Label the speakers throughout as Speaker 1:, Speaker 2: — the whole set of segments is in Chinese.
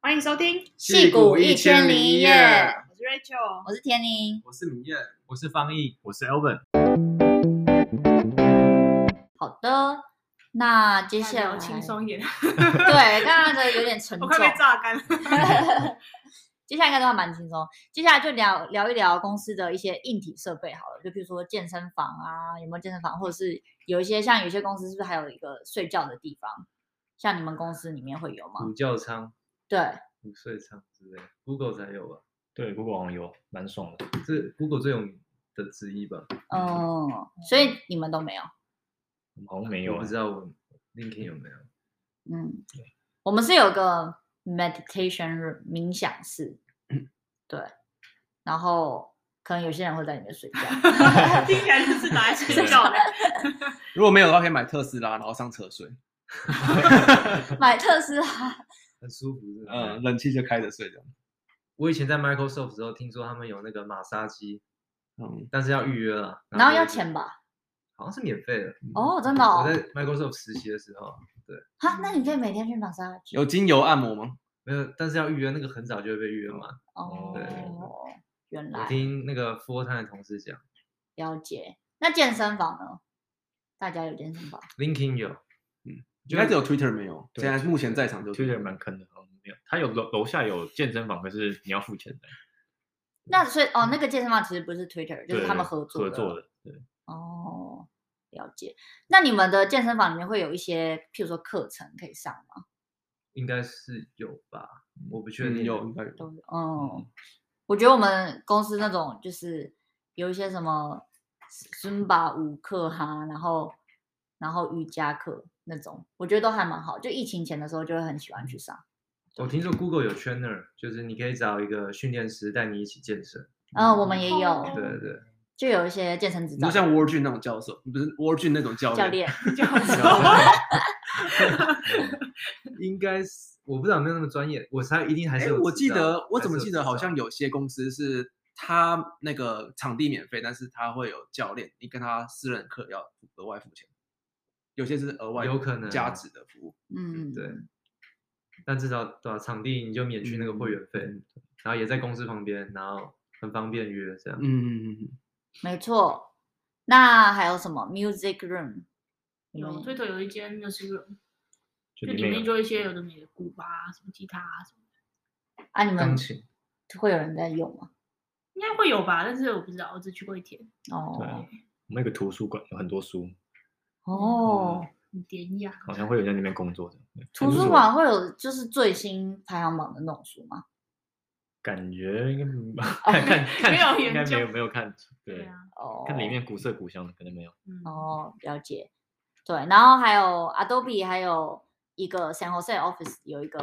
Speaker 1: 欢迎收听《
Speaker 2: 戏骨一千零一夜
Speaker 1: 我是 Rachel。
Speaker 3: 我是天宁，
Speaker 2: 我是明艳，
Speaker 4: 我是方毅，我是 Elvin。
Speaker 3: 好的，那接
Speaker 1: 看起来
Speaker 3: 下
Speaker 1: 好
Speaker 3: 来
Speaker 1: 轻，松一点，
Speaker 3: 对，刚刚的 有点沉
Speaker 1: 我
Speaker 3: 重，
Speaker 1: 快被榨 干了。
Speaker 3: 接下来应该都还蛮轻松。接下来就聊聊一聊公司的一些硬体设备好了，就比如说健身房啊，有没有健身房，或者是有一些像有些公司是不是还有一个睡觉的地方？像你们公司里面会有吗？
Speaker 5: 午觉舱、
Speaker 3: 对，
Speaker 5: 午睡舱之类，Google 才有吧？
Speaker 4: 对，Google 好像有，蛮爽的。
Speaker 5: 是 Google 最有名的之一吧？
Speaker 3: 嗯，所以你们都没有，
Speaker 4: 我们好像没
Speaker 5: 我
Speaker 4: 有
Speaker 5: 不
Speaker 4: 欸，
Speaker 5: 知道我 LinkedIn 有没有。
Speaker 3: 嗯，我们是有个 meditation room 冥想室，
Speaker 1: 嗯
Speaker 3: 对，然后可能有些人会在里面睡觉。
Speaker 1: 听起来就是拿来睡觉的。
Speaker 2: 如果没有的话，可以买特斯拉，然后上车睡，
Speaker 3: 买特斯拉，
Speaker 5: 很舒服是吧？
Speaker 2: 嗯，，冷气就开着睡这样。
Speaker 5: 我以前在 Microsoft 的时候听说他们有那个马杀鸡，
Speaker 2: 嗯，
Speaker 5: 但是要预约啊了，
Speaker 3: 然后要
Speaker 5: 就
Speaker 3: 钱吧？
Speaker 5: 好像是免费的。
Speaker 3: 哦，真的
Speaker 5: 嗯
Speaker 3: 哦
Speaker 5: 我，在 Microsoft 实习的时候，
Speaker 3: 哈，那你可以每天去玛莎拉蒂
Speaker 2: 有精油按摩吗？
Speaker 5: 没有，但是要预约，那个很早就会被预约嘛。
Speaker 3: 哦
Speaker 5: 对对对，
Speaker 3: 原
Speaker 5: 我
Speaker 3: 来
Speaker 5: 听那个 Full Time 的同事讲
Speaker 3: 了解。那健身房呢？大家有健身
Speaker 5: 嗯
Speaker 3: 房？
Speaker 5: ，LinkedIn 有，
Speaker 2: 应该只有 Twitter 没有，
Speaker 4: 对
Speaker 2: 现在目前在场就嗯
Speaker 4: Twitter 蛮坑的，好像没有。它有楼楼下有健身房，可是你要付钱的，
Speaker 3: 那所以哦，那个健身房其实不是 Twitter，就是
Speaker 4: 对
Speaker 3: 他们
Speaker 4: 对
Speaker 3: 合作
Speaker 4: 合作
Speaker 3: 的。
Speaker 4: 的，对，
Speaker 3: 哦，了解。那你们的健身房里面会有一些，譬如说课程可以上吗？
Speaker 5: 应该是有吧？我不确
Speaker 2: 嗯
Speaker 5: 定。
Speaker 2: 有应该有。
Speaker 3: 都有。嗯，我觉得我们公司那种就是有一些什么尊巴舞课哈，然后然后瑜伽课那种，我觉得都还蛮好。就疫情前的时候就会很喜欢去上。
Speaker 5: 我听说 Google 有 trainer，就是你可以找一个训练师带你一起健身。
Speaker 3: 嗯，我们也有，
Speaker 1: 哦
Speaker 5: 对对对，
Speaker 3: 就有一些健身指
Speaker 2: 你
Speaker 3: 导
Speaker 2: 就像 w a r g i n 那种教授，不是 w a r g i n 那种教
Speaker 3: 教
Speaker 2: 练，
Speaker 3: 练，
Speaker 5: 应该是我不知道有没有那么专业，我猜一定还是
Speaker 2: 哎，
Speaker 5: 有执照。
Speaker 2: 我记得我
Speaker 5: 还
Speaker 2: 怎么
Speaker 5: 是有
Speaker 2: 记
Speaker 5: 执
Speaker 2: 得好
Speaker 5: 照
Speaker 2: 像有些公司是他那个场地免费，但是他会有教练，你跟他私人课要额外付钱，有些是额外
Speaker 5: 有可能
Speaker 2: 加
Speaker 5: 啊
Speaker 2: 值的服务。
Speaker 3: 嗯，
Speaker 5: 对，但至少对吧、啊场地你就免去那个
Speaker 2: 嗯
Speaker 5: 会员费，然后也在公司旁边，然后很方便约这样。
Speaker 2: 嗯嗯嗯。
Speaker 3: 没错。那还有什么 music room？你
Speaker 1: 有
Speaker 3: 们
Speaker 1: Twitter 有一间就是
Speaker 4: 就
Speaker 1: 就啊
Speaker 4: 里
Speaker 1: 里
Speaker 4: 面
Speaker 1: 面
Speaker 4: 有
Speaker 1: 就一些有的没的鼓啊，什么吉他啊什么的，
Speaker 3: 啊，你们
Speaker 5: 钢琴
Speaker 3: 会有人在用吗？
Speaker 1: 应该会有吧？但是我不知道，我只去过一天。
Speaker 4: 对啊
Speaker 3: 哦
Speaker 4: 我们有个图书馆，有很多书，
Speaker 3: 哦，
Speaker 1: 很典雅，
Speaker 4: 好像会有人在那边工作的。对
Speaker 3: 图书馆会有就是最新排行榜的那种书吗？
Speaker 4: 感觉应该看 看看
Speaker 1: 没有
Speaker 4: 应该
Speaker 1: 研究
Speaker 4: 没有没有看，对，
Speaker 1: 啊，
Speaker 3: 哦，
Speaker 4: 看里面古色古香的可能没有。
Speaker 1: 嗯，
Speaker 3: 哦，了解。对，然后还有 Adobe，还有一个 San Jose Office 有一个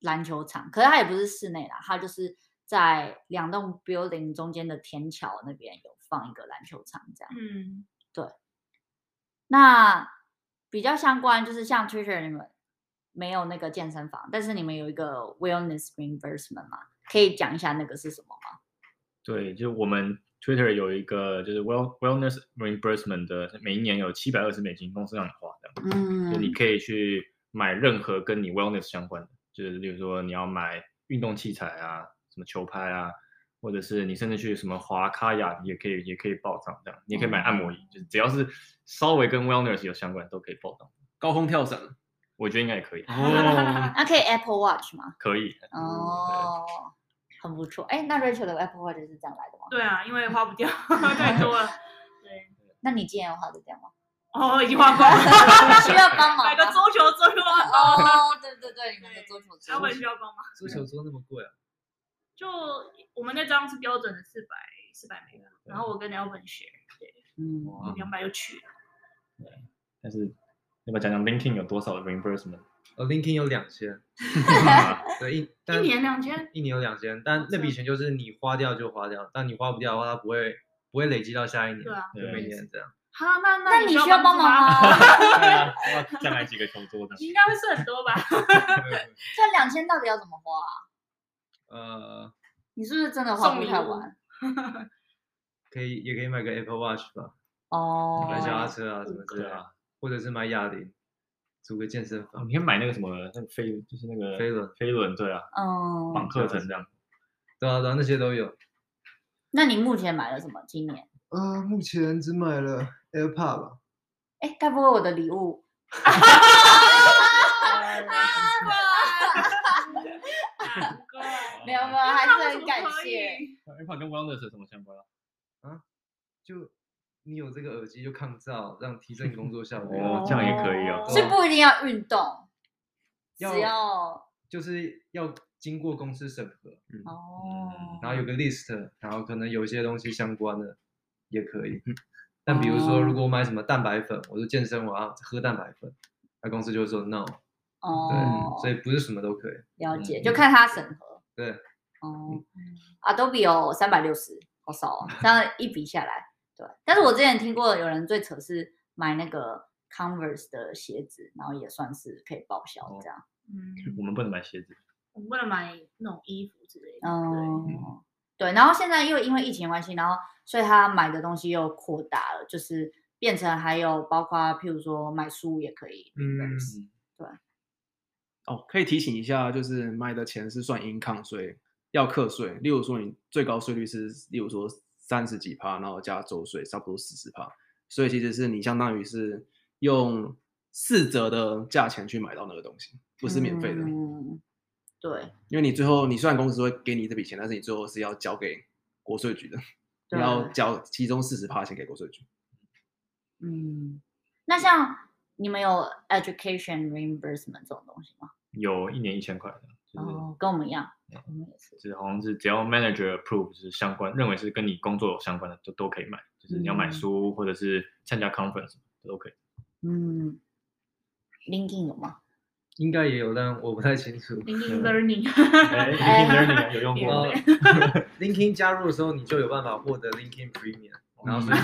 Speaker 3: 篮球场，可是它也不是室内啦，它就是在两栋 building 中间的天桥那边有放一个篮球场这样。
Speaker 1: 嗯，
Speaker 3: 那比较相关就是像 Twitter 你们没有那个健身房，但是你们有一个 wellness reimbursement 嘛，可以讲一下那个是什么吗？
Speaker 4: 对，就我们 Twitter 有一个就是 Well Wellness Reimbursement 的，每一年有七百二十美金公司让你花的。就你
Speaker 3: 嗯，
Speaker 4: 可以去买任何跟你 wellness 相关的，就是例如说你要买运动器材啊，什么球拍啊，或者是你甚至去什么滑卡雅，你也可以也可以报账这样，你也可以买按
Speaker 3: 哦
Speaker 4: 摩椅，就是只要是稍微跟 wellness 有相关的都可以报账，
Speaker 2: 高空跳伞。
Speaker 4: 我觉得应该也可以，
Speaker 3: 啊
Speaker 2: 哦，
Speaker 3: 那可以 Apple Watch 吗？
Speaker 4: 可以。嗯
Speaker 3: 哦，很不错。哎，那 Rachel 的 Apple Watch 是这样来的吗？
Speaker 1: 对啊，因为花不掉， 太多了。对，
Speaker 3: 那你今年有花的掉吗？
Speaker 1: 哦，已经花光了，
Speaker 3: 需 要帮忙
Speaker 1: 买个
Speaker 3: 吗？
Speaker 1: 桌球桌球啊，
Speaker 3: 哦，对对对，你们的
Speaker 1: 对
Speaker 3: 桌球桌
Speaker 1: 小本需要帮忙。
Speaker 5: 足球桌那么贵啊？
Speaker 1: 就我们那张是标准的四百四百美元，然后我跟 Elvin 学
Speaker 3: 嗯，
Speaker 4: 哇
Speaker 1: 两百就去了。
Speaker 4: 但是要不要讲讲 LinkedIn 有多少 reimbursement？啊
Speaker 5: 呃、l i n k e d i n 有两千，对，一但
Speaker 1: 一年两千，
Speaker 5: 一年有两千，但那笔钱就是你花掉就花掉，但你花不掉的话，它不会不会累积到下一年，
Speaker 1: 对啊，
Speaker 5: 就每
Speaker 4: 对
Speaker 5: 年这 样。
Speaker 1: 好，那
Speaker 3: 那
Speaker 1: 那
Speaker 3: 你需
Speaker 1: 要
Speaker 3: 要帮
Speaker 1: 助
Speaker 3: 忙吗？
Speaker 4: 对啊，要不要再买几个球桌的
Speaker 1: 你 应该会是很多 吧？
Speaker 3: 这两千到底要怎么花啊？
Speaker 5: 呃，
Speaker 3: 你是不是真的花
Speaker 1: 送
Speaker 3: 不
Speaker 1: 礼
Speaker 3: 太
Speaker 1: 物
Speaker 3: 完？
Speaker 5: 可以也可以买个 Apple Watch 吧，
Speaker 3: 哦，
Speaker 5: 买脚踏车啊什么之类
Speaker 4: 对
Speaker 5: 的
Speaker 4: 啊，
Speaker 5: 或者是买哑铃。租个健身
Speaker 4: 哦
Speaker 5: 房，
Speaker 4: 你可以买那个什么，那个飞就是那个
Speaker 5: 飞轮
Speaker 4: 飞轮，对啊，绑
Speaker 3: 嗯，
Speaker 4: 课程这样。
Speaker 5: 对啊，对啊，那些都有。
Speaker 3: 那你目前买了什么？今年？
Speaker 5: 啊，目前只买了 AirPod 吧，
Speaker 3: 哎，该不会我的礼 物？啊
Speaker 1: 难怪
Speaker 3: 没有没有，
Speaker 1: 那
Speaker 3: 还
Speaker 1: 他
Speaker 3: 是
Speaker 1: 为什
Speaker 3: 很
Speaker 1: 么
Speaker 3: 感
Speaker 1: 可
Speaker 3: 谢。
Speaker 1: 以
Speaker 4: 哎，跑跟 wellness 有什么相关啊？
Speaker 5: 就你有这个耳机就抗噪，让提升工作 效率。啊
Speaker 4: 哦，这样也可以哦。
Speaker 3: 所以不一定要运动，
Speaker 5: 要
Speaker 3: 只要
Speaker 5: 就是要经过公司审核，
Speaker 3: 哦，
Speaker 5: 然后有个 list，然后可能有一些东西相关的也可以。但比如说，如果我买什么蛋白粉，我说健身我要喝蛋白粉，那公司就会说 no，对，
Speaker 3: 哦，
Speaker 5: 所以不是什么都可以。
Speaker 3: 了
Speaker 2: 嗯
Speaker 3: 解，就看他审核。
Speaker 5: 对，
Speaker 3: 哦，Adobe 有三百六十，好少哦，这 样一比下来，对。但是我之前听过有人最扯是买那个 Converse 的鞋子，然后也算是可以报销
Speaker 2: 哦
Speaker 3: 这样。
Speaker 4: 我
Speaker 1: 嗯，
Speaker 4: 们不能买鞋子，
Speaker 1: 我们为了买那种衣服之类的，
Speaker 3: 哦，
Speaker 2: 嗯
Speaker 3: 对，然后现在又因为疫情的关系，然后所以他买的东西又扩大了，就是变成还有包括譬如说买书也可以，
Speaker 5: 嗯，
Speaker 2: 哦，可以提醒一下，就是卖的钱是算 income 税，要课税。例如说，你最高税率是，例如说三十几趴，然后加周税，差不多四十趴，所以其实是你相当于是用四折的价钱去买到那个东西，不是免费的。
Speaker 3: 嗯，对，
Speaker 2: 因为你最后，你虽然公司会给你这笔钱，但是你最后是要交给国税局的，你
Speaker 3: 对啊
Speaker 2: 要交其中四十趴钱给国税局。
Speaker 3: 嗯，那像你们有 education reimbursement 这种东西吗？
Speaker 4: 有一年一千块的，就是
Speaker 3: 哦，跟我们一样，我们也是。
Speaker 4: 就是好像是只要 manager approve，就是相关认为是跟你工作有相关的，都都可以买。就是你要买
Speaker 3: 嗯
Speaker 4: 书或者是参加 conference 都可以。
Speaker 3: 嗯，LinkedIn 有吗？
Speaker 5: 应该也有，但我不太清楚。
Speaker 1: 零
Speaker 4: 嗯
Speaker 1: 零 learning，
Speaker 4: 哎，learning 有用
Speaker 1: 也
Speaker 4: 过
Speaker 5: 哦
Speaker 4: 吗？
Speaker 5: LinkedIn 加入的时候，你就有办法获得 LinkedIn Premium，然后所以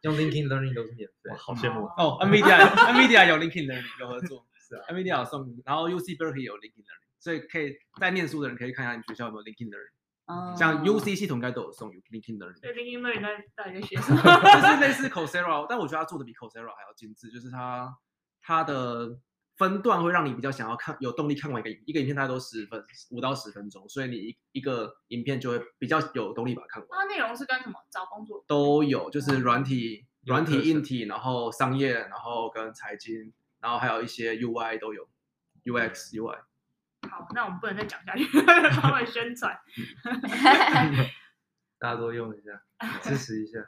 Speaker 5: 就用 LinkedIn Learning 都是免费
Speaker 4: 哇。好羡慕啊！
Speaker 2: 哦，NVIDIA，NVIDIA 有 LinkedIn Learning 有合作， 是啊，NVIDIA 有送，然后 UC Berkeley 有 LinkedIn Learning，所以可以在念书的人可以看一下你们学校有没有 LinkedIn Learning，
Speaker 3: 嗯，
Speaker 2: 像 UC 系统应该都有送 LinkedIn Learning，
Speaker 1: 对零零 learning 到底到底在学什么？
Speaker 2: 就是类似 Coursera，但我觉得它做的比 Coursera 还要精致，就是它它的分段会让你比较想要看，有动力看完一个影一个影片，大概都十分五到十分钟，所以你一一个影片就会比较有动力把它看完。
Speaker 1: 它内容是跟什么找工作？
Speaker 2: 都有，就是软体、
Speaker 5: 有
Speaker 2: 软体、
Speaker 5: 课程
Speaker 2: 硬体，然后商业，然后跟财经，然后还有一些 UI 都有，UX、UI。
Speaker 1: 好，那我们不能再讲下去， 帮我宣传。
Speaker 5: 大家多用一下，支持一下。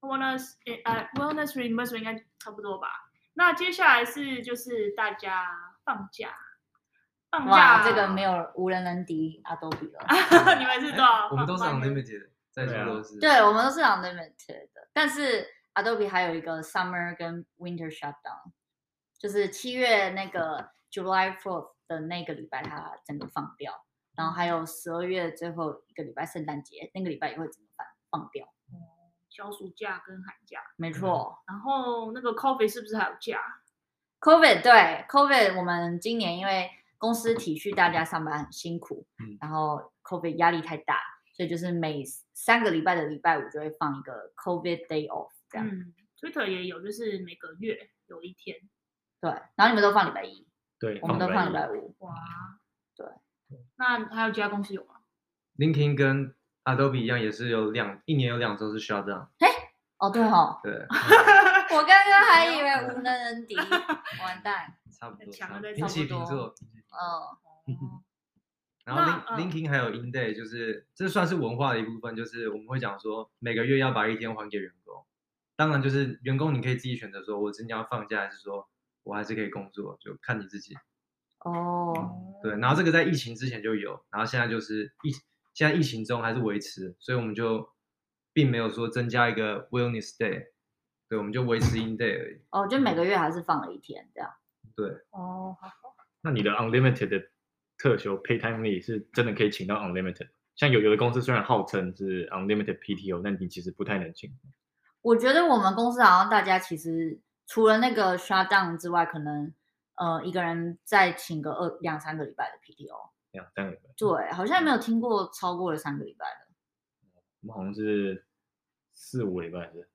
Speaker 1: wellness 呃 wellness reimbursement 应该差不多吧？那接下来是就是大家放假，放假
Speaker 3: 哇，这个没有无人能敌 Adobe 了。
Speaker 1: 你们是多少？
Speaker 5: 哎我们都是
Speaker 1: 放
Speaker 5: unlimited，的在座
Speaker 4: 对啊
Speaker 5: 都是。
Speaker 3: 对，我们都是 unlimited 的，但是 Adobe 还有一个 summer 跟 winter shutdown，就是七月那个 July Fourth 的那个礼拜，它整个放掉，然后还有十二月最后一个礼拜圣诞节那个礼拜也会整个放放掉。
Speaker 1: 小暑假跟寒假，
Speaker 3: 没错、
Speaker 1: 然后那个 COVID 是不是还有假？
Speaker 3: c o v i d 对 COVID，我们今年因为公司体恤大家上班很辛苦，
Speaker 4: 嗯
Speaker 3: 然后 COVID 压力太大，所以就是每三个礼拜的礼拜五就会放一个 COVID day off 这样。
Speaker 1: 嗯，Twitter 也有，就是每个月有一天。
Speaker 3: 对，然后你们都放礼拜一，
Speaker 4: 对，
Speaker 3: 我们都放礼拜
Speaker 4: 五。
Speaker 3: 五。
Speaker 1: 哇，对。那还有其他公司有吗？
Speaker 5: LinkedIn 跟 Adobe 一样，也是有两一年有两周是 shutdown。
Speaker 3: 哦，对 哦，
Speaker 5: 对，
Speaker 3: 我刚刚还以为无能人敌，完蛋。
Speaker 5: 差不多。
Speaker 1: 抢
Speaker 5: 差
Speaker 1: 得在
Speaker 5: 不多
Speaker 1: 差
Speaker 5: 平起
Speaker 3: 不
Speaker 5: 平
Speaker 3: 多
Speaker 5: 坐。
Speaker 3: 嗯
Speaker 1: 哦，
Speaker 5: 然后
Speaker 1: 那
Speaker 5: Link Linking 还有 In Day，就是这算是文化的一部分，就是我们会讲说每个月要把一天还给员工。当然，就是员工你可以自己选择说，我今天要放假，还是说我还是可以工作，就看你自己。
Speaker 3: 哦，
Speaker 5: 对，然后这个在疫情之前就有，然后现在就是疫，现在疫情中还是维持，所以我们就并没有说增加一个 Wellness Day，对，我们就维 持 In Day 而已。
Speaker 3: 哦，就每个月还是放了一天这样。
Speaker 5: 对，
Speaker 1: 哦，
Speaker 4: 那你的 unlimited 的特休 pay time 里是真的可以请到 unlimited？像有有的公司虽然号称是 unlimited PTO，但你其实不太能请。
Speaker 3: 我觉得我们公司好像大家其实除了那个 shutdown 之外，可能呃一个人再请个二两三个礼拜的 PTO。
Speaker 4: 两三个礼拜，
Speaker 3: 对，好像没有听过超过了三个礼拜的。
Speaker 4: 我们好像是四五个礼拜是。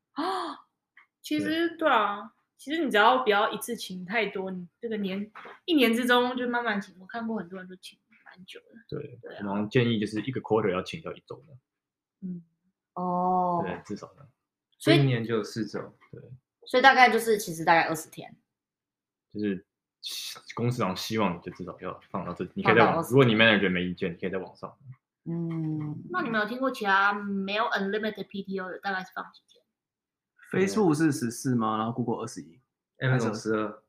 Speaker 1: 其实对啊，其实你只要不要一次请太多，你这个年一年之中就慢慢请。我看过很多人都请蛮久的，
Speaker 4: 对，
Speaker 1: 对啊
Speaker 4: 然后建议就是一个 quarter 要请掉一周的，
Speaker 1: 嗯，
Speaker 3: 哦，
Speaker 4: 对，至少呢，
Speaker 3: 所
Speaker 5: 一
Speaker 3: 以
Speaker 5: 年就有四周，
Speaker 3: 所以大概就是其实大概二十天，
Speaker 4: 就是公司好像希望你就至少要放到这，你可
Speaker 3: 放
Speaker 4: 以在
Speaker 3: 到
Speaker 4: 网，
Speaker 3: 20
Speaker 4: 如果你 manager 没意见，你可以在网上。
Speaker 3: 嗯，
Speaker 1: 那你们有听过其他没有 unlimited PTO 的大概是放几天？
Speaker 2: Facebook 是十四吗？然后 Google 二十一，
Speaker 5: m 总十二，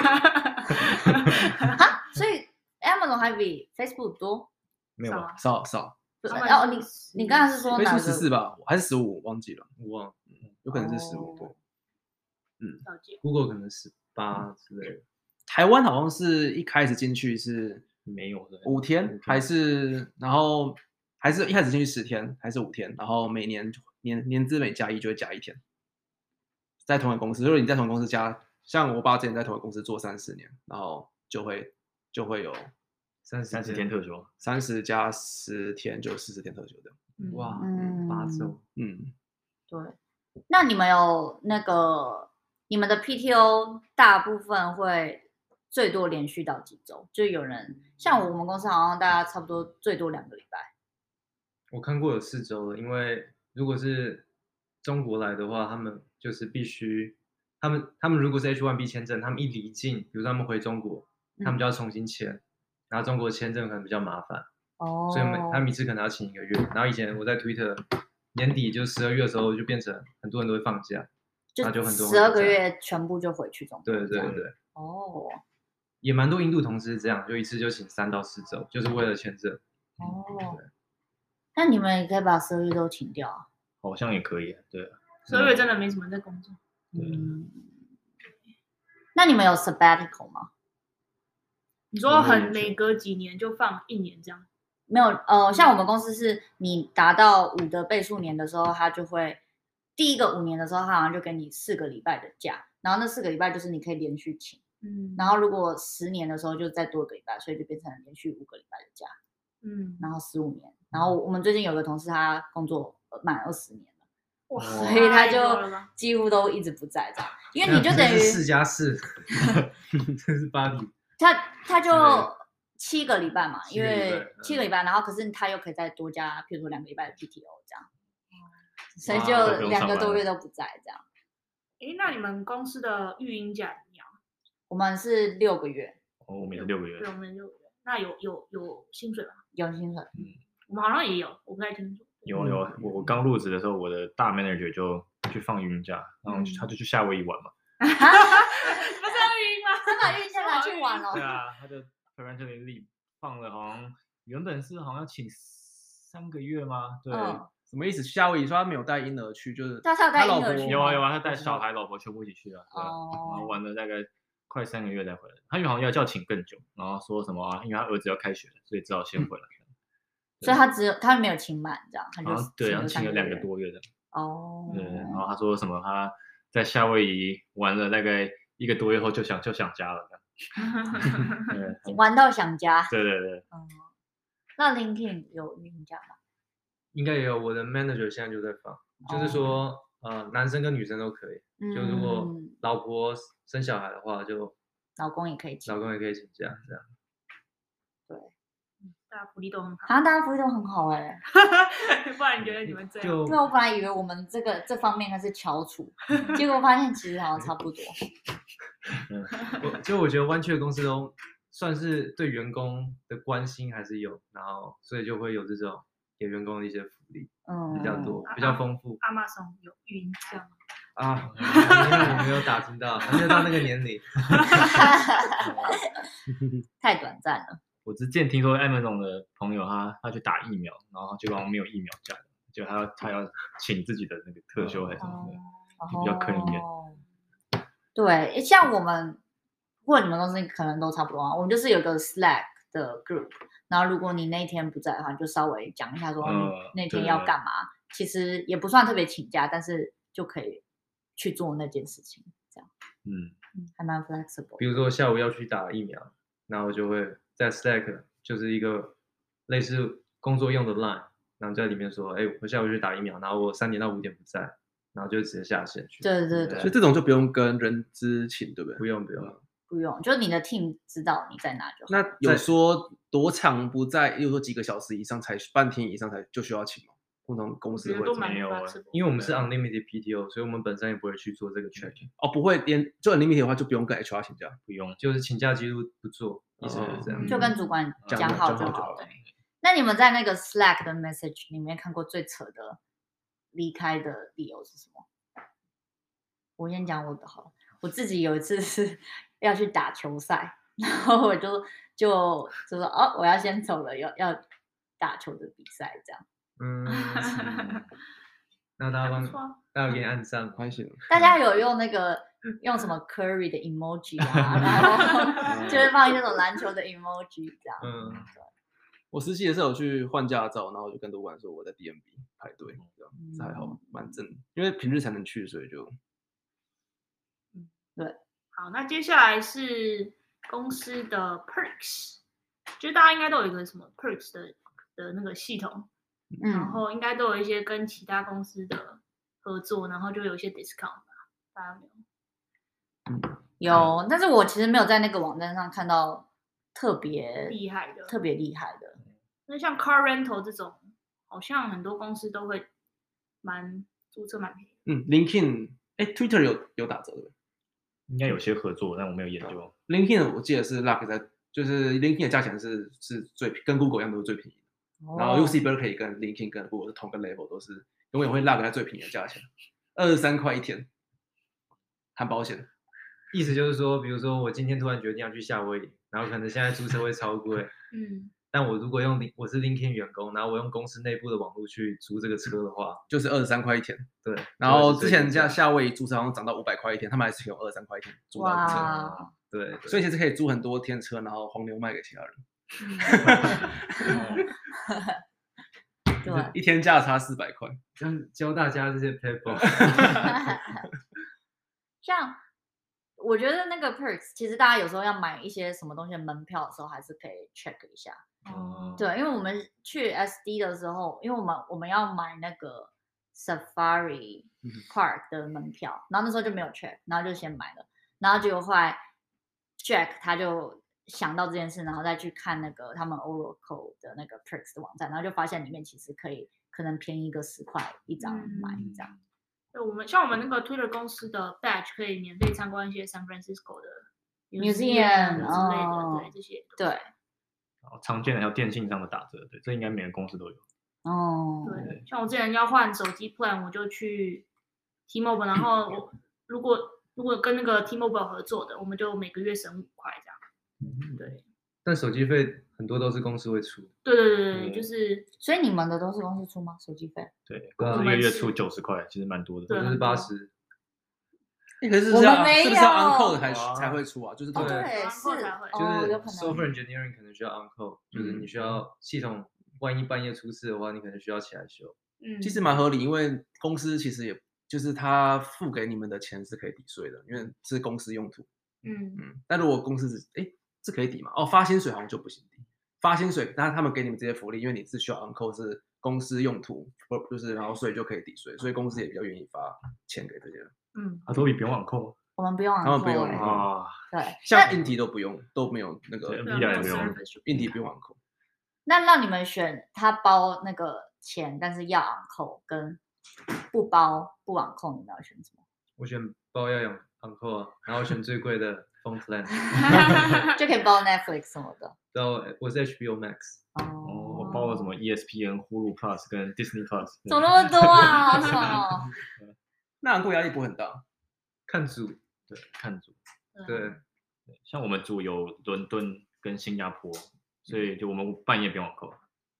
Speaker 3: 嗯哈，所以 Amazon 还比 Facebook 多，
Speaker 4: 没有
Speaker 1: 少
Speaker 4: 吧？
Speaker 1: 啊
Speaker 2: 少少
Speaker 3: 不是
Speaker 1: 他们
Speaker 3: 哦，
Speaker 1: 是
Speaker 3: 你
Speaker 1: 十
Speaker 3: 你刚才是说哪个
Speaker 2: ，Facebook 十四吧，还是十五？忘记了，
Speaker 5: 我忘了
Speaker 2: 有可能是十五、
Speaker 3: 哦
Speaker 2: 对，
Speaker 1: 了解，
Speaker 5: ，Google 可能十八之类的，
Speaker 2: 台湾好像是一开始进去是
Speaker 4: 没有的，
Speaker 2: 五天，还是然后还是一开始进去十天，还是五天，然后每年年年资每加一就会加一天，在同一个公司，如果你在同一个公司加，像我爸之前在同一个公司做三四年，然后就会就会有
Speaker 5: 三
Speaker 4: 三十天特休，
Speaker 2: 三十加十天就四十天特休的，
Speaker 1: 嗯
Speaker 5: 哇，
Speaker 3: 嗯
Speaker 5: 八周，
Speaker 2: 嗯，
Speaker 3: 对，那你们有那个你们的 PTO 大部分会最多连续到几周？就有人像我们公司好像大家差不多最多两个礼拜，
Speaker 5: 我看过有四周的，因为如果是中国来的话，他们就是必须，他们他们如果是 H one B 签证，他们一离境，比如说他们回中国，
Speaker 3: 嗯
Speaker 5: 他们就要重新签，然后中国签证可能比较麻烦，
Speaker 3: 哦，
Speaker 5: 所以每他们一次可能要请一个月。然后以前我在 Twitter 年底就十二月的时候就变成很多人都会放假，那就
Speaker 3: 就
Speaker 5: 很多人
Speaker 3: 十二
Speaker 5: 会
Speaker 3: 个
Speaker 5: 这样
Speaker 3: 月全部就回去中国，
Speaker 5: 对对
Speaker 3: 这样
Speaker 5: 对，
Speaker 3: 哦
Speaker 5: 也蛮多印度同事这样，就一次就请三到四周，就是为了签证。
Speaker 3: 哦
Speaker 5: 嗯对，
Speaker 3: 那你们也可以把十二月都请掉啊，
Speaker 4: 好像也可以，对啊，
Speaker 1: 十二月真的没什么人在工作，
Speaker 4: 对
Speaker 3: 嗯，那你们有 sabbatical 吗？
Speaker 1: 你说
Speaker 5: 没
Speaker 1: 很
Speaker 5: 有
Speaker 1: 每隔几年就放一年这样，
Speaker 3: 没有，呃，像我们公司是你达到五的倍数年的时候，它就会第一个五年的时候，它好像就给你四个礼拜的假，然后那四个礼拜就是你可以连续请，
Speaker 1: 嗯，
Speaker 3: 然后如果十年的时候就再多一个礼拜，所以就变成连续五个礼拜的假，
Speaker 1: 嗯，
Speaker 3: 然后十五年，然后我们最近有个同事他工作呃满二十年了，
Speaker 1: 哇，
Speaker 3: 所以他
Speaker 1: 太
Speaker 3: 就
Speaker 1: 多了吧
Speaker 3: 几乎都一直不在这样，因为你就等于
Speaker 5: 四加四， 这是巴黎。
Speaker 3: 他他就
Speaker 5: 之类的
Speaker 3: 七个礼拜嘛，
Speaker 5: 七
Speaker 3: 因
Speaker 5: 个礼拜
Speaker 3: 为七个
Speaker 5: 嗯
Speaker 3: 礼拜，然后可是他又可以再多加，譬如说两个礼拜的 PTO 这样，所以
Speaker 5: 哇都
Speaker 4: 哦不
Speaker 3: 就
Speaker 4: 用
Speaker 3: 两
Speaker 4: 上
Speaker 3: 个多
Speaker 4: 班
Speaker 3: 月都不在这样。
Speaker 1: 诶，那你们公司的育婴假怎么样？
Speaker 3: 我们是六个月
Speaker 4: 哦，我们也是六个月
Speaker 1: 对，，我们有那有有有薪水吗？
Speaker 3: 有薪水，
Speaker 1: 我们好像也有，我不太清 楚。
Speaker 4: 有啊
Speaker 3: 嗯
Speaker 4: 有，我我刚入职的时候，我的大 manager 就去放云假，然后
Speaker 1: 嗯
Speaker 4: 他就去夏威夷玩嘛。
Speaker 1: 不是育婴吗？
Speaker 3: 他把运下拿去玩
Speaker 4: 对
Speaker 3: 哦。
Speaker 4: 啊，他就 parental leave 放了，好像原本是好像要请三个月吗？对，啊
Speaker 3: 嗯，
Speaker 2: 什么意思？夏威夷说他没有带婴儿去，就是
Speaker 3: 但是有带
Speaker 2: 老
Speaker 3: 婴儿
Speaker 2: 婆
Speaker 3: 去
Speaker 4: 有啊有
Speaker 3: 吗
Speaker 4: 啊，他带小孩、老婆全部一起去啊，对啊然后
Speaker 3: 哦，
Speaker 4: 玩了大概快三个月才回来。他因为好像要叫请更久，然后说什么啊，因为他儿子要开学了，所以只好
Speaker 3: 嗯
Speaker 4: 先回来。
Speaker 3: 所以他只有他没有请满这样，他
Speaker 4: 好
Speaker 3: 就
Speaker 4: 像啊对，然后
Speaker 3: 三
Speaker 4: 请了两个
Speaker 3: 月
Speaker 4: 多月的。
Speaker 3: 哦。
Speaker 4: 对，然后他说什么他在夏威夷玩了大概一个多月后就想就想家 了，这样
Speaker 3: 玩到想家。
Speaker 4: 对对对对，
Speaker 3: 嗯，那 Linkin 有运假吗？
Speaker 5: 应该也有。我的 manager 现在就在放，就是
Speaker 3: 哦
Speaker 5: 说，呃，男生跟女生都可以。就如果
Speaker 3: 嗯，
Speaker 5: 老婆生小孩的话，就
Speaker 3: 老公也可以请
Speaker 5: 老，公也可以请假，这样。
Speaker 1: 大家福利都很好，
Speaker 3: 好像大家福利都很好哎、
Speaker 1: 不然你觉得你们这样？
Speaker 5: 就
Speaker 3: 对，我啊本来以为我们这个这方面应该是翘楚，结果发现其实好像差不多。
Speaker 5: 我就我觉得湾区的公司都算是对员工的关心还是有，然后所以就会有这种给员工的一些福利
Speaker 3: 嗯，
Speaker 5: 比较多，
Speaker 1: 嗯
Speaker 5: 比较丰富
Speaker 1: 阿玛松有育婴假吗？
Speaker 5: 啊。因为我没有打听到，还没有到那个年龄。
Speaker 3: 太短暂了。
Speaker 4: 我之前听说 Amazon 的朋友他他去打疫苗，然后结果好像没有疫苗假，就他要他要请自己的那个特休还是什么的，比较坑一点
Speaker 3: 哦。对，诶像我们或者你们公司可能都差不多啊，我们就是有个 Slack 的 group，然后如果你那天不在的话，就稍微讲一下说哦你
Speaker 4: 嗯
Speaker 3: 那
Speaker 4: 对
Speaker 3: 天要
Speaker 4: 对
Speaker 3: 干嘛。其实也不算特别请假，但是就可以去做那件事情，这样
Speaker 4: 嗯，
Speaker 3: 嗯还蛮 flexible
Speaker 5: 比。如说下午要去打疫苗，那我就会在 Slack 就是一个类似工作用的 Line，然后在里面说，哎，我下午去打疫苗，然后我三点到五点不在，然后就直接下线去。
Speaker 3: 对对对
Speaker 1: 啊
Speaker 2: 啊所以这种就不用跟人知情，对不对？
Speaker 5: 不用不用，
Speaker 3: 不用，就你的 team 知道你在哪就好。
Speaker 2: 那有说多长不在，例如说几个小时以上才半天以上才就需要请吗？通常公司
Speaker 1: 觉
Speaker 2: 会
Speaker 1: 得都
Speaker 2: 怎么
Speaker 1: 蛮
Speaker 4: 没
Speaker 2: 样
Speaker 4: 有
Speaker 1: 蛮
Speaker 4: 欸
Speaker 1: 吃不
Speaker 5: 因为我们是 unlimited PTO，所以我们本身也不会去做这个 check，
Speaker 2: 哦，不会连就 limit 的话就不用跟 HR 请假。
Speaker 4: 不用。
Speaker 5: 就是请假记录不做，意思就是这
Speaker 2: 嗯
Speaker 5: 样。
Speaker 3: 就跟主管
Speaker 2: 讲
Speaker 3: 讲
Speaker 2: 好
Speaker 3: 好就
Speaker 2: 讲好就
Speaker 3: 好
Speaker 2: 好
Speaker 3: 对，那你们在那个 Slack 的 message 里面看过最扯的离开的理由是什么？我先讲我的好了。我自己有一次是 要去打球赛，然后我就就就说哦，我要先走了，要要打球的比赛这样。
Speaker 5: 嗯，
Speaker 1: 嗯
Speaker 5: 那大家
Speaker 1: 还不错
Speaker 5: 帮，
Speaker 1: 啊。
Speaker 5: 大家给你按赞吗？
Speaker 2: 还行，
Speaker 3: 大家有用那个用什么 Curry 的 emoji 啊，然后 就会放那种篮球的 emoji 这样。
Speaker 5: 嗯
Speaker 2: 我实习的时候有去换驾照，然后我就跟主管说我在 DMB 排队，这样
Speaker 3: 嗯
Speaker 2: 这还好，蛮正，因为平日才能去，所以就
Speaker 1: 好，那接下来是公司的 perks，就大家应该都有一个什么 perks 的的那个系统，然
Speaker 3: 嗯，
Speaker 1: 后应该都有一些跟其他公司的合作，然后就有一些 discount 吧，大家没有？
Speaker 2: 嗯
Speaker 3: 有，但是我其实没有在那个网站上看到特别
Speaker 1: 厉害的
Speaker 3: 特别厉害的。
Speaker 1: 那像 car rental 这种，好像很多公司都会蛮租车蛮便宜的。
Speaker 2: 嗯，LinkedIn 哎，Twitter 有有打折对不对
Speaker 4: 应该有些合作，但我没有研究。
Speaker 2: ？LinkedIn 我记得是 Luck 在，就是 LinkedIn 的价钱是是最跟 Google 一样都是最便宜的。然后
Speaker 3: 哦
Speaker 2: UC Berkeley 跟 LinkedIn 跟 Google 是同个 level，都是永远会 lag 在最便宜的价钱，二十三块一天，含保险。
Speaker 5: 意思就是说，比如说我今天突然决定要去夏威夷，然后可能现在租车会超贵，
Speaker 1: 嗯，
Speaker 5: 但我如果用 Lin- 我是 LinkedIn 员工，然后我用公司内部的网络去租这个车的话，
Speaker 2: 就是二十三块一天，
Speaker 5: 对。
Speaker 2: 然后之前
Speaker 5: 价
Speaker 2: 在夏威夷租车好像涨到五百块一天，他们还是有二十三块一天租到车，
Speaker 3: 哇，
Speaker 5: 对，
Speaker 2: 所
Speaker 5: 以
Speaker 2: 以其实可以租很多天车，然后黄牛卖给其他人，
Speaker 3: 嗯对，
Speaker 2: 一天价差四 百块。
Speaker 5: 教大家这些 paper，
Speaker 3: 像我觉得那个 perks，其实大家有时候要买一些什么东西的门票的时候，还是可以 check 一下。
Speaker 1: 哦，
Speaker 3: 对，因为我们去 SD 的时候，因为我们我们要买那个 Safari
Speaker 2: 嗯
Speaker 3: Park 的门票，然后那时候就没有 check，然后就先买了，然后结果后来 Jack 他就想到这件事，然后再去看那个他们 Oracle 的那个 Perks 的网站，然后就发现里面其实可以可能便宜个十块一张买这样。
Speaker 1: 对，我们像我们那个 Twitter 公司的 badge 可以免费参观一些 San Francisco 的
Speaker 3: Museum，
Speaker 1: 之类的，
Speaker 3: 哦
Speaker 1: 对这些。
Speaker 3: 对，
Speaker 4: 然后常见的还有电信上的打折，对，这应该每个公司都有。
Speaker 3: 哦，
Speaker 1: 对，像我之前要换手机 plan，我就去 T-Mobile，然后
Speaker 3: 嗯
Speaker 1: 我如果如果跟那个 T-Mobile 合作的，我们就每个月省五块这样。对，
Speaker 5: 但手机费很多都是公司会出，
Speaker 1: 对对对对，
Speaker 4: 嗯
Speaker 1: 就是
Speaker 3: 所以你们的都是公司出吗？手机费？
Speaker 4: 对，
Speaker 5: 我
Speaker 4: 公司一
Speaker 1: 们
Speaker 4: 个月
Speaker 1: 是
Speaker 4: 出九十块，其实蛮多的。
Speaker 1: 对
Speaker 5: 我就是
Speaker 1: 很
Speaker 5: 八
Speaker 1: 多
Speaker 5: 十，
Speaker 2: 欸可是
Speaker 3: 我
Speaker 2: 是
Speaker 3: 们
Speaker 2: 要
Speaker 3: 没
Speaker 2: 是不是要
Speaker 3: 有
Speaker 2: uncle 才
Speaker 5: 哇
Speaker 2: 才会出啊？就是他
Speaker 3: 哦，
Speaker 2: 们
Speaker 5: 对
Speaker 3: 对，
Speaker 1: 然
Speaker 3: 是
Speaker 1: 后才会
Speaker 5: 就
Speaker 3: 哦，有可
Speaker 5: 是
Speaker 3: 能
Speaker 5: software engineering 可能需要 on call，就是你需
Speaker 2: 嗯
Speaker 5: 要系统，万一半夜出事的话，你可能需要起来修。
Speaker 1: 嗯，
Speaker 2: 其实蛮合理，因为公司其实也就是他付给你们的钱是可以抵税的，因为是公司用途。
Speaker 1: 嗯
Speaker 2: 嗯，但如果公司只哎这可以抵吗？哦，发薪水好像就不行抵，发薪水，但是他们给你们这些福利，因为你是需要 uncle 是公司用途，不就是然后所以就可以抵税，所以公司也比较愿意发钱给这些人。
Speaker 1: 嗯，
Speaker 4: 啊，都比不用网购
Speaker 3: 我们不用 on call 欸，
Speaker 2: 他们不用啊
Speaker 4: 啊，
Speaker 3: 对，
Speaker 2: 像硬体都不用，都没有那个
Speaker 4: 对
Speaker 1: 对啊
Speaker 4: VI
Speaker 1: 做
Speaker 4: 没有
Speaker 1: service 就
Speaker 2: 硬体不用 uncle，
Speaker 3: 那让你们选他包那个钱，但是要 on call 跟不包不 on call，你们要选什么？
Speaker 5: 我选包要养 on call，啊然后选最贵的 phone plan，
Speaker 3: 就可以包 Netflix 什么的。
Speaker 5: 然后我是 HBO Max，
Speaker 4: 哦，我
Speaker 3: 哦，
Speaker 4: 包了什么 ESPN、Hulu Plus 跟 Disney Plus，
Speaker 3: 怎么那么多啊？好 爽哦！
Speaker 2: 那 uncle 压力不会很大。
Speaker 5: 看组，
Speaker 4: 对，看组。
Speaker 5: 对，
Speaker 3: 嗯
Speaker 4: 像我们组有伦敦跟新加坡，所以就我们半夜不用网购，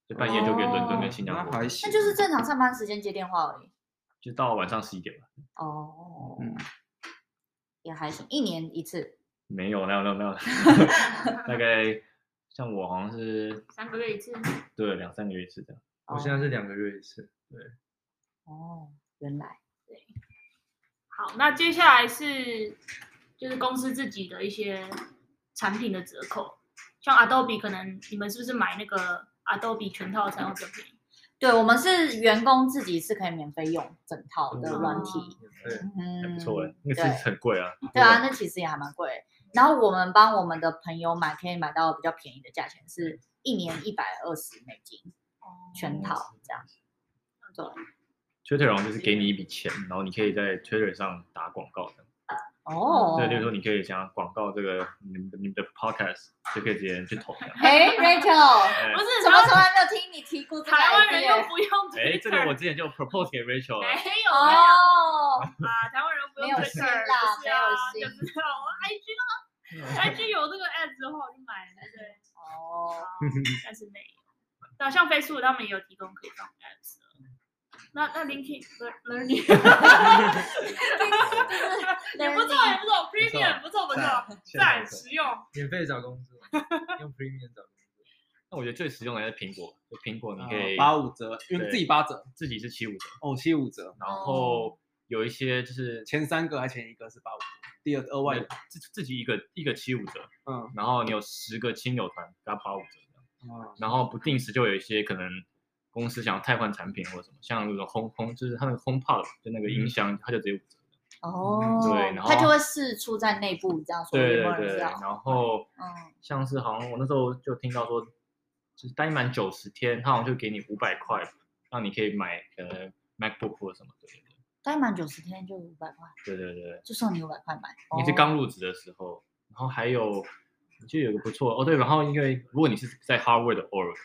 Speaker 4: 就半夜就给伦敦跟新加
Speaker 2: 那
Speaker 4: 坡，
Speaker 2: 还行，
Speaker 3: 那就是正常上班时间接电话而已。
Speaker 4: 就到晚上十一点吧。
Speaker 3: 哦，
Speaker 2: 嗯
Speaker 3: 也还行，一年一次。
Speaker 4: 没有，没有，没有，没有，大概像我好像是
Speaker 1: 三个月一次。
Speaker 4: 对两三个月一次这样。
Speaker 5: 我现在是两个月一次。
Speaker 3: 哦，原来
Speaker 1: 好，那接下来是就是公司自己的一些产品的折扣，像 Adobe 可能你们是不是买那个 Adobe 全套才会比较便宜？
Speaker 3: 对我们是员工自己是可以免费用整套的软体，
Speaker 5: 对，
Speaker 4: 嗯还
Speaker 3: 嗯，
Speaker 4: 不错哎，那
Speaker 3: 对
Speaker 4: 个其实很贵啊。
Speaker 3: 对啊，那其实也还蛮贵。然后我们帮我们的朋友买，可以买到比较便宜的价钱，是一年一百二十美金
Speaker 4: 哦
Speaker 3: 全套这样。
Speaker 4: Twitter 好像就是给你一笔钱，然后你可以在 Twitter 上打广告的。
Speaker 3: 哦，
Speaker 4: 对，例如说你可以想要广告这个你们的你们的 podcast 就可以直接去投这样。
Speaker 3: 哎，Rachel，
Speaker 4: 哎
Speaker 1: 不是
Speaker 3: 怎么
Speaker 1: 台
Speaker 3: 从来没有听你提过这个
Speaker 1: 台湾人
Speaker 3: idea？
Speaker 1: 又不用 t
Speaker 4: 哎，这个我之前就 propose 给 Rachel
Speaker 1: 没
Speaker 4: 了
Speaker 1: 有，没有
Speaker 3: 哦，
Speaker 1: 啊，台湾人不用
Speaker 3: 没有
Speaker 1: Twitter，
Speaker 3: 信啦
Speaker 1: 就是啊，
Speaker 3: 没
Speaker 1: 就
Speaker 3: 有信
Speaker 1: 是啊我 IG 啊，IG 有这个 ad 之后我就买了，对，
Speaker 3: 哦，
Speaker 1: 但是没有。那像 Facebook 他们也有提供可以放 ads 的。那那 LinkedIn Learning 也不错也不错，Premium 不错不错，赞实用。
Speaker 5: 免费找工作， 用 Premium 找工作，
Speaker 4: 那我觉得最实用的还是苹果，就苹果你可以
Speaker 2: 八五折，因为
Speaker 4: 对
Speaker 2: 自己八折
Speaker 4: 自己是七五折，
Speaker 2: 哦，七五折，
Speaker 4: 然后有一些就是
Speaker 2: 前三个还前一个是八五折，第二额外的，
Speaker 4: 自自己一个一个七五折，
Speaker 2: 嗯
Speaker 4: 然后你有十个亲友团给他八五折这样，
Speaker 2: 啊
Speaker 4: 然后不定时就有一些可能公司想要汰换产品或者什么，像那种烘烘就是它那个 HomePod 就那个音箱，它就直接五折。
Speaker 3: 哦，
Speaker 4: 嗯对然后
Speaker 3: 他就会试出在内部这样说，
Speaker 4: 对
Speaker 3: 有没有
Speaker 4: 对对，
Speaker 3: 人知道？
Speaker 4: 然后
Speaker 3: 啊嗯
Speaker 4: 像是好像我那时候就听到说，就是待满九十天，他好像就给你五百块，让你可以买呃 MacBook 或什么的。
Speaker 3: 待满九十天就五百块，
Speaker 4: 对对对对，
Speaker 3: 就送你五百块买。哦
Speaker 4: 你是刚入职的时候，然后还有我记得有个不错哦对，然后因为如果你是在 Harvard 的 Oral，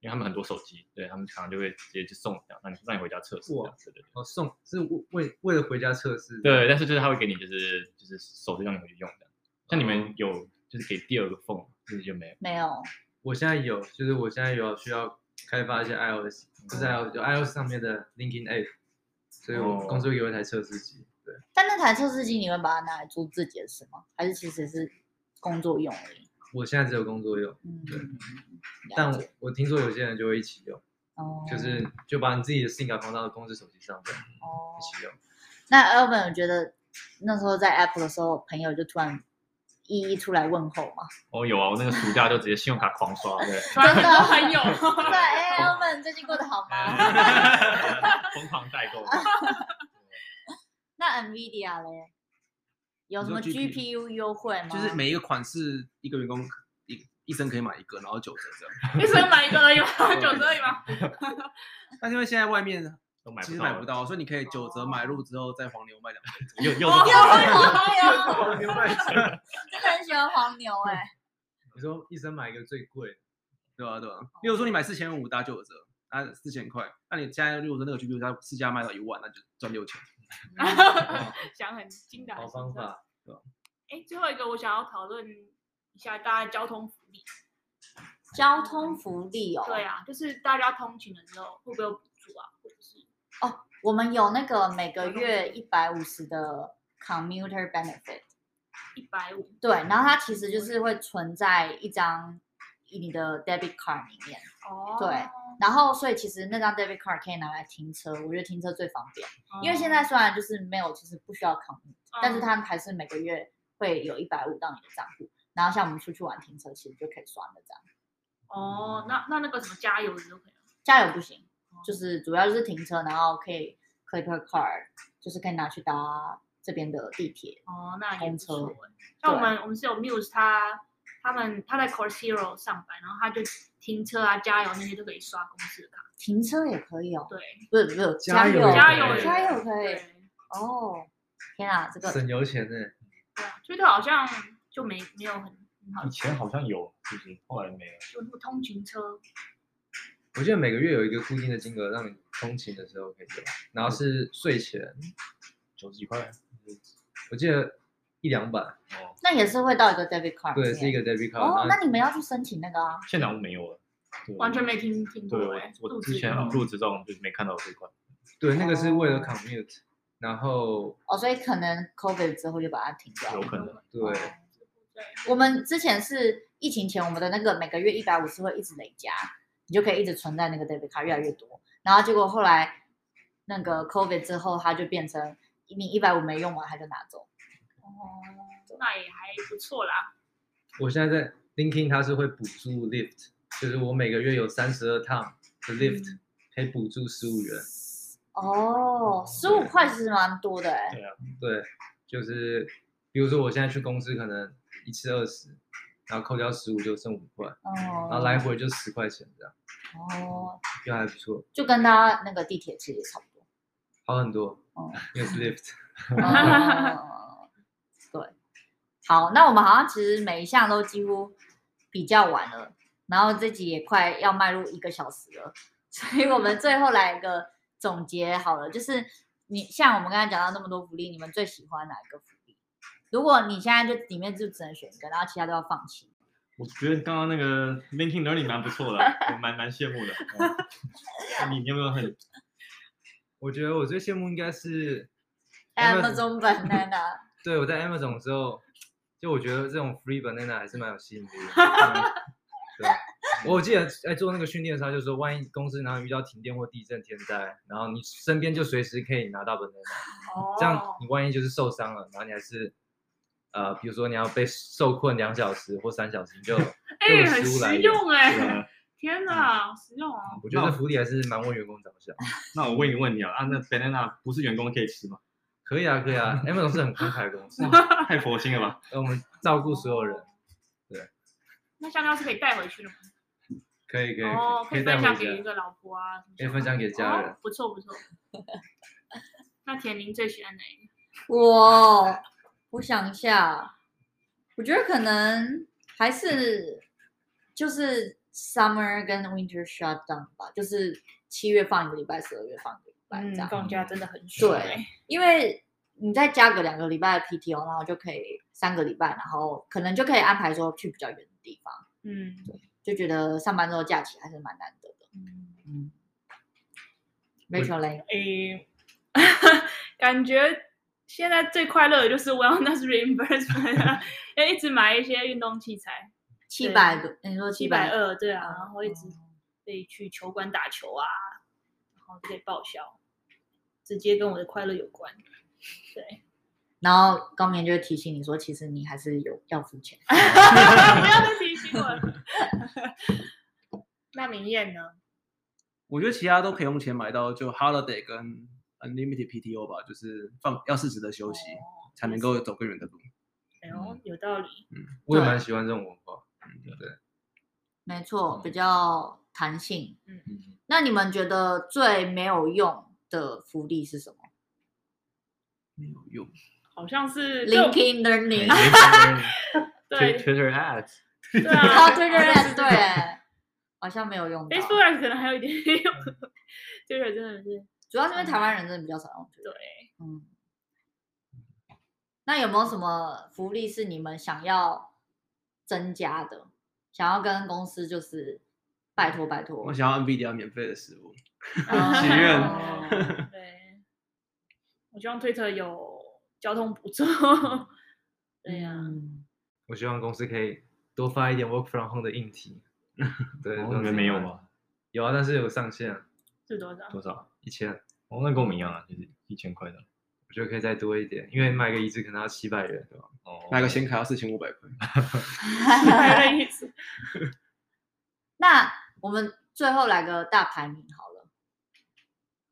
Speaker 4: 因为他们很多手机，对他们常常就会直接就送这样，让你让你回家测试这样。对对对。
Speaker 5: 哦，送是为为了回家测试，
Speaker 4: 对，但是就是他会给你就是就是手机让你回去用的，像你
Speaker 2: 哦
Speaker 4: 们有就是给第二个 phone，就是就没有。
Speaker 3: 没有，
Speaker 5: 我现在有，就是我现在有需要开发一些 iOS，就是还有有 iOS 上面的 LinkedIn App，所以我
Speaker 4: 哦
Speaker 5: 公司会给我一台测试机。对，
Speaker 3: 但那台测试机你会把它拿来做自己的事吗？还是其实是工作用而已？
Speaker 5: 我现在只有工作用，
Speaker 3: 嗯，
Speaker 5: 对
Speaker 3: 了
Speaker 5: 但
Speaker 3: 解
Speaker 5: 我我听说有些人就会一起用，
Speaker 3: 哦，
Speaker 5: 就是就把你自己的 SIM 卡放到公司手机上这样
Speaker 3: 哦
Speaker 5: 一，起用。
Speaker 3: 那 Elvin 我觉得那时候在 Apple 的时候，朋友就突然一一出来问候嘛，
Speaker 4: 哦，有啊，我那个暑假就直接信用卡狂刷， 对，
Speaker 1: 突然很多朋友，
Speaker 3: 对， 哎，Elvin 最近过得好吗？
Speaker 4: 疯狂代购。
Speaker 3: 那 NVIDIA 嘞，有
Speaker 2: 你
Speaker 3: 什么
Speaker 2: 说
Speaker 3: GPU 优惠吗？
Speaker 2: 就是每一个款式一个员工一一生可以买一个，然后九折这样。
Speaker 1: 一生买一个而已嘛， 九折而已嘛。
Speaker 2: 但因为现在外面
Speaker 4: 都买
Speaker 2: 其
Speaker 4: 不
Speaker 2: 实
Speaker 4: 到，
Speaker 2: 买不，到，所以你可以九折买入之后再黄牛卖两倍。
Speaker 4: 又 又
Speaker 1: 哦
Speaker 4: 是 狂
Speaker 3: 黄牛，
Speaker 5: 哦明白。
Speaker 3: 真的很喜欢黄牛哎、
Speaker 5: 你说一生买一个最贵的，
Speaker 2: 对啊，对啊。比如说你买四千五打九折，啊四千块，那你现在如果说那个 GPU 它市价卖到一万，那就赚六千。
Speaker 1: 想很精打
Speaker 5: 好
Speaker 1: 细
Speaker 5: 方
Speaker 1: 算。
Speaker 5: 法。
Speaker 1: 哎，最后一个我想要讨论一下大家交通福利。
Speaker 3: 交通福利哦，
Speaker 1: 对啊，就是大家通勤的时候会不会有补助啊？或者是
Speaker 3: 我们有那个每个月一百五十的 commuter benefit，
Speaker 1: 一百五？
Speaker 3: 对，然后它其实就是会存在一张你的 debit card 里面，
Speaker 1: 哦
Speaker 3: 对然后所以其实那张 debit card 可以拿来停车，我觉得停车最方便，
Speaker 1: 嗯
Speaker 3: 因为现在虽然就是没有，就是不需要 commute，但是它还是每个月会有一百五到你的账户，然后像我们出去玩停车其实就可以刷那张，
Speaker 1: 哦，那那那个什么加油的就可以了。
Speaker 3: 加油不行，
Speaker 1: 哦
Speaker 3: 就是主要就是停车，然后可以 clip her card，就是可以拿去搭这边的地铁。
Speaker 1: 哦，那也不
Speaker 3: 通车
Speaker 1: 错欸。像我们我们是有 Muse，他他们他在 Core Zero 上班，然后他就停车啊、加油那些都可以刷公司的卡。
Speaker 3: 停车也可以哦，
Speaker 1: 对，
Speaker 3: 不是不是，
Speaker 5: 加
Speaker 3: 油
Speaker 5: 油
Speaker 1: 加
Speaker 3: 加
Speaker 1: 油
Speaker 3: 加
Speaker 1: 也
Speaker 3: 油可以
Speaker 1: 对
Speaker 3: 哦。天啊，这个
Speaker 5: 省油钱呢，
Speaker 1: 对啊，所以他好像就没没有很很好
Speaker 4: 以，前好像有，就是后来没有。
Speaker 1: 就那个通勤车
Speaker 5: 我记得每个月有一个固定的金额让你通勤的时候可以用，然后是税前，
Speaker 4: 九十几块
Speaker 5: 我记得一两百，
Speaker 4: 哦，
Speaker 3: 那也是会到一个 debit card，
Speaker 5: 对，是一
Speaker 3: 个。
Speaker 5: 个 debit card，
Speaker 3: 哦，
Speaker 5: 然后
Speaker 3: 那你们要去申请那个啊？
Speaker 4: 现在好像没有了，对
Speaker 1: 完全。没听听
Speaker 4: 对
Speaker 1: 过
Speaker 4: 我
Speaker 1: 哎，
Speaker 4: 我
Speaker 1: 肚
Speaker 4: 之
Speaker 1: 子
Speaker 4: 前
Speaker 1: 痛
Speaker 4: 入职这种就是没看到这一块，
Speaker 5: 对那个是为了
Speaker 3: 哦
Speaker 5: commute，然后
Speaker 3: 哦，所以可能 COVID 之后就把它停掉
Speaker 4: 有
Speaker 3: 了。
Speaker 4: 可能
Speaker 5: 对
Speaker 1: 对
Speaker 3: 我们之前是疫情前，我们的那个每个月一百五十会一直累加，你就可以一直存在那个 debit card 越来越多。然后结果后来那个 COVID 之后，它就变成你一百五没用完，它就拿走。
Speaker 1: 哦，那也还不错啦。
Speaker 5: 我现在在嗯 LinkedIn 它是会补助 lift，就是我每个月有三十二趟的 lift 可以补助十五元，
Speaker 3: 哦，十五块其实蛮多的哎、
Speaker 5: 对，就是比如说我现在去公司可能一次二十，然后扣掉十五就剩五块，
Speaker 3: 哦，
Speaker 5: 然后来回就十块钱这样，
Speaker 3: 哦，
Speaker 5: 就还不错，
Speaker 3: 就跟大家那个地铁其实差不多。
Speaker 5: 好很多
Speaker 3: 哦。
Speaker 5: 因为是 lift，
Speaker 3: 哦 对，好，那我们好像其实每一项都几乎比较晚了，然后这集也快要迈入一个小时了， 所以我们最后来一个总结好了，就是你像我们刚才讲到那么多福利，你们最喜欢哪一个福利？如果你现在就里面就只能选一个，然后其他都要放弃，
Speaker 4: 我觉得刚刚那个 linking learning 蛮不错的，啊我蛮蛮羡慕的。 嗯你你有没有很
Speaker 5: 我觉得我最羡慕应该是
Speaker 3: 哎 Amazon banana，
Speaker 5: 对，我在 Amazon 的时候，就我觉得这种 free banana 还是蛮有吸引力的。 对，啊我记得在做那个训练的时候，就说万一公司然后遇到停电或地震天灾，然后你身边就随时可以拿到 banana，
Speaker 1: 哦
Speaker 5: 这样你万一就是受伤了，然后你还是呃，比如说你要被受困两小时或三小时，你 就
Speaker 1: 哎、
Speaker 5: 有
Speaker 1: 很
Speaker 5: 食物来
Speaker 1: 实
Speaker 5: 源嗯
Speaker 1: 用哎、
Speaker 4: 呃？
Speaker 1: 天哪，实用啊！
Speaker 5: 我觉得福利还是蛮为员工着想。
Speaker 4: 那我问一问你啊，啊，那 banana 不是员工可以吃吗？
Speaker 5: 可以啊，可以啊，Amazon 是很慷慨的公司，
Speaker 4: 太佛心了 吧？
Speaker 5: 我们照顾所有人，
Speaker 1: 那香蕉是可以带回去的吗？
Speaker 5: 可以可以
Speaker 1: 哦，，可
Speaker 5: 可
Speaker 1: 以
Speaker 5: 以带
Speaker 1: 分
Speaker 5: 回
Speaker 1: 享给一
Speaker 5: 家，
Speaker 1: 个老婆啊，什么
Speaker 5: 可以分享给家人
Speaker 1: 哦。，不错不 错。那田林最喜欢哪一个？
Speaker 3: 我我想一下，我觉得可能还是就是 summer 跟 winter shutdown 吧，就是七月放一个礼拜，十二月放一个礼拜这样，
Speaker 1: 放假真的很
Speaker 3: 爽 哎因为你再加个两个礼拜的 PTO，然后就可以三个礼拜，然后可能就可以安排说去比较远的地方，
Speaker 1: 嗯，
Speaker 3: 就觉得上班之后假期还是蛮难得的。嗯，Rachel 嘞，
Speaker 1: 诶、 感觉现在最快乐的就是 wellness reimbursement，啊要一直买一些运动器材，
Speaker 3: 七百多，你说
Speaker 1: 七
Speaker 3: 七
Speaker 1: 百
Speaker 3: 百，
Speaker 1: 二，对
Speaker 5: 嗯
Speaker 1: 啊，然后一直
Speaker 3: 哦
Speaker 1: 可以去球馆打球啊，然后就可以报销，直接跟我的快乐有 关。
Speaker 3: 然后高明就会提醒你说，其实你还是有要付钱。
Speaker 1: 不要再提醒我 了。那明艳呢？
Speaker 2: 我觉得其他都可以用钱买到，就 holiday 跟 unlimited PTO 吧，就是放要适时的休息，才能够走更远的路。
Speaker 1: 哎
Speaker 4: 嗯
Speaker 1: 呦，有道理。
Speaker 5: 我也蛮喜欢这种文化。
Speaker 3: 没错，比
Speaker 4: 嗯
Speaker 3: 较弹性。
Speaker 4: 嗯，
Speaker 3: 那你们觉得最没有用的福利是什么
Speaker 2: 没有用，
Speaker 1: 好像是对
Speaker 3: ？LinkedIn Learning，
Speaker 1: 对
Speaker 4: Twitter ads，
Speaker 1: 对
Speaker 3: 哦
Speaker 1: 啊
Speaker 3: ，Twitter Ads，对，啊好像没有用到。
Speaker 1: ，Facebook Ads 可能还有一点用
Speaker 4: 嗯
Speaker 1: ，Twitter 真的 是
Speaker 3: 主要是因为台湾人真的比较少用 Twitter。
Speaker 1: 对。
Speaker 3: 嗯，那有没有什么福利是你们想要增加的？想要跟公司就是拜托拜托
Speaker 2: 我，想要 NVIDIA 免费的食物。
Speaker 3: 许
Speaker 2: 愿
Speaker 3: 哦
Speaker 1: 对，我希望推特有交通补助。
Speaker 4: 嗯
Speaker 1: 对呀、
Speaker 3: 嗯
Speaker 5: 我希望公司可以多发一点 work from home 的硬 体。对，
Speaker 4: 哦
Speaker 5: 都
Speaker 4: 你们
Speaker 5: 是
Speaker 4: 没有
Speaker 5: 蛮？
Speaker 4: 吗？
Speaker 5: 有啊，但是有上限，
Speaker 1: 是多少？
Speaker 4: 多少？
Speaker 5: 一千，
Speaker 4: 哦，那跟我们一样啊，就是一千块的。
Speaker 5: 我觉得可以再多一点，因为买个椅子可能要七百元，对吧？
Speaker 4: 哦，
Speaker 2: 买个显卡要四千五百块，
Speaker 1: 太累 死。
Speaker 3: 那我们最后来个大排名好了。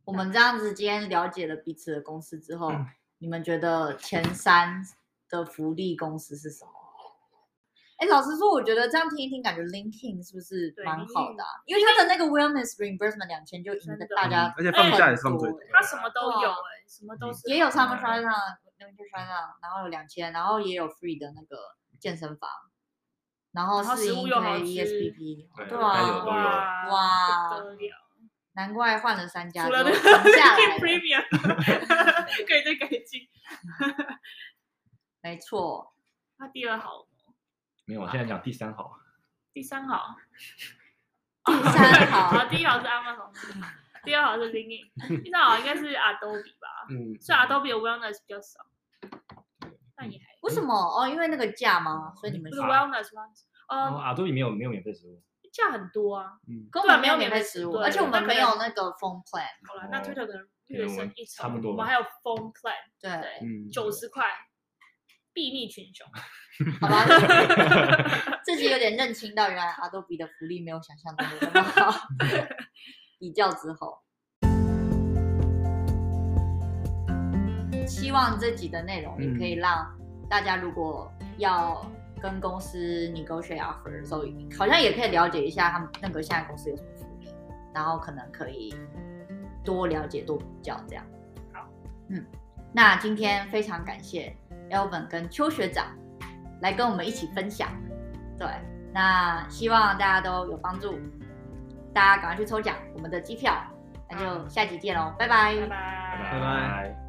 Speaker 3: 我们这样子今天了解了彼此的公司之后，
Speaker 4: 嗯
Speaker 3: 你们觉得前三的福利公司是什么？哎，老实说，我觉得这样听一听，感觉 LinkedIn 是不是
Speaker 1: 对
Speaker 3: 蛮好
Speaker 1: ，LinkedIn
Speaker 3: 的啊、因为它的那个 Wellness Reimbursement 两千就赢
Speaker 1: 真
Speaker 3: 得
Speaker 1: 的
Speaker 3: 大家
Speaker 2: 嗯而且放
Speaker 3: 很
Speaker 2: 假也是
Speaker 3: 多
Speaker 2: 放最
Speaker 3: 欸
Speaker 2: 多
Speaker 1: 他什么都
Speaker 3: 对
Speaker 1: 有
Speaker 3: 啊
Speaker 1: 哎、什么都是
Speaker 3: 也有 Summer
Speaker 4: 嗯
Speaker 3: Try 上、Winter Try 上，啊然后有两千，然后也有 Free 的那个健身房，然后
Speaker 1: 然后
Speaker 3: 是，E
Speaker 1: 食物又好
Speaker 3: K
Speaker 1: 吃
Speaker 3: ESPP，
Speaker 4: 对
Speaker 3: 对
Speaker 4: 还
Speaker 3: 啊
Speaker 4: 有，都有
Speaker 1: 哇
Speaker 3: 哇
Speaker 1: 不得了！
Speaker 3: 难怪换了三家
Speaker 1: 除
Speaker 3: 之
Speaker 1: 了
Speaker 3: 后
Speaker 1: 那个
Speaker 3: 停下来
Speaker 1: LinkedIn
Speaker 3: 了。
Speaker 1: Premium 可以再改进。
Speaker 3: 没错，
Speaker 1: 那第二好，
Speaker 4: 没有，我现在讲第三好。
Speaker 1: 第三好，
Speaker 3: 第三
Speaker 1: 好，
Speaker 3: 好，
Speaker 1: 第一好是 Amazon，第二好是 LinkedIn，第三好应该是 Adobe 吧？
Speaker 2: 嗯，
Speaker 1: 虽然 Adobe 的 Wellness 比较少，但也还好。
Speaker 3: 为什么？哦，因为那个价吗？所以你们
Speaker 1: 不是
Speaker 3: 说
Speaker 4: 啊
Speaker 1: Wellness 吗？
Speaker 4: 然后
Speaker 1: 呃，
Speaker 4: 哦阿杜里没有没有免费食物。
Speaker 1: 价很多啊。
Speaker 3: 根
Speaker 1: 对
Speaker 3: 本
Speaker 1: 没有
Speaker 3: 免
Speaker 1: 免
Speaker 3: 费
Speaker 1: 费
Speaker 3: 食
Speaker 1: 食
Speaker 3: 物，
Speaker 1: 物
Speaker 3: 而且我们
Speaker 1: 那
Speaker 3: 没
Speaker 1: 可
Speaker 3: 有
Speaker 1: 能
Speaker 3: 那个 phone plan。
Speaker 1: 好了，那
Speaker 4: 哦
Speaker 1: Twitter 可能
Speaker 4: 可
Speaker 1: 略
Speaker 4: 能我
Speaker 1: 胜
Speaker 4: 们
Speaker 1: 一筹。
Speaker 4: 差不多
Speaker 1: 我们
Speaker 4: 吧
Speaker 1: 还有 Phone Plan，
Speaker 3: 对，
Speaker 2: 嗯
Speaker 1: 九十块，睥睨群 雄。
Speaker 3: 好吧，自己有点认清到原来 Adobe 的福利没有想象中的那么好。比较之后。希望这集的内容也可以让大家，如果要跟公司 negotiate offer 的时候，好像也可以了解一下他们那个现在公司有什么福利，然后可能可以多了解、多比较这样。
Speaker 1: 好，
Speaker 3: 嗯，那今天非常感谢 Elvin 跟邱学长来跟我们一起分享。对，那希望大家都有帮助，大家赶快去抽奖我们的机票，那就下集见喽，拜拜
Speaker 1: 拜拜，拜
Speaker 5: 拜拜。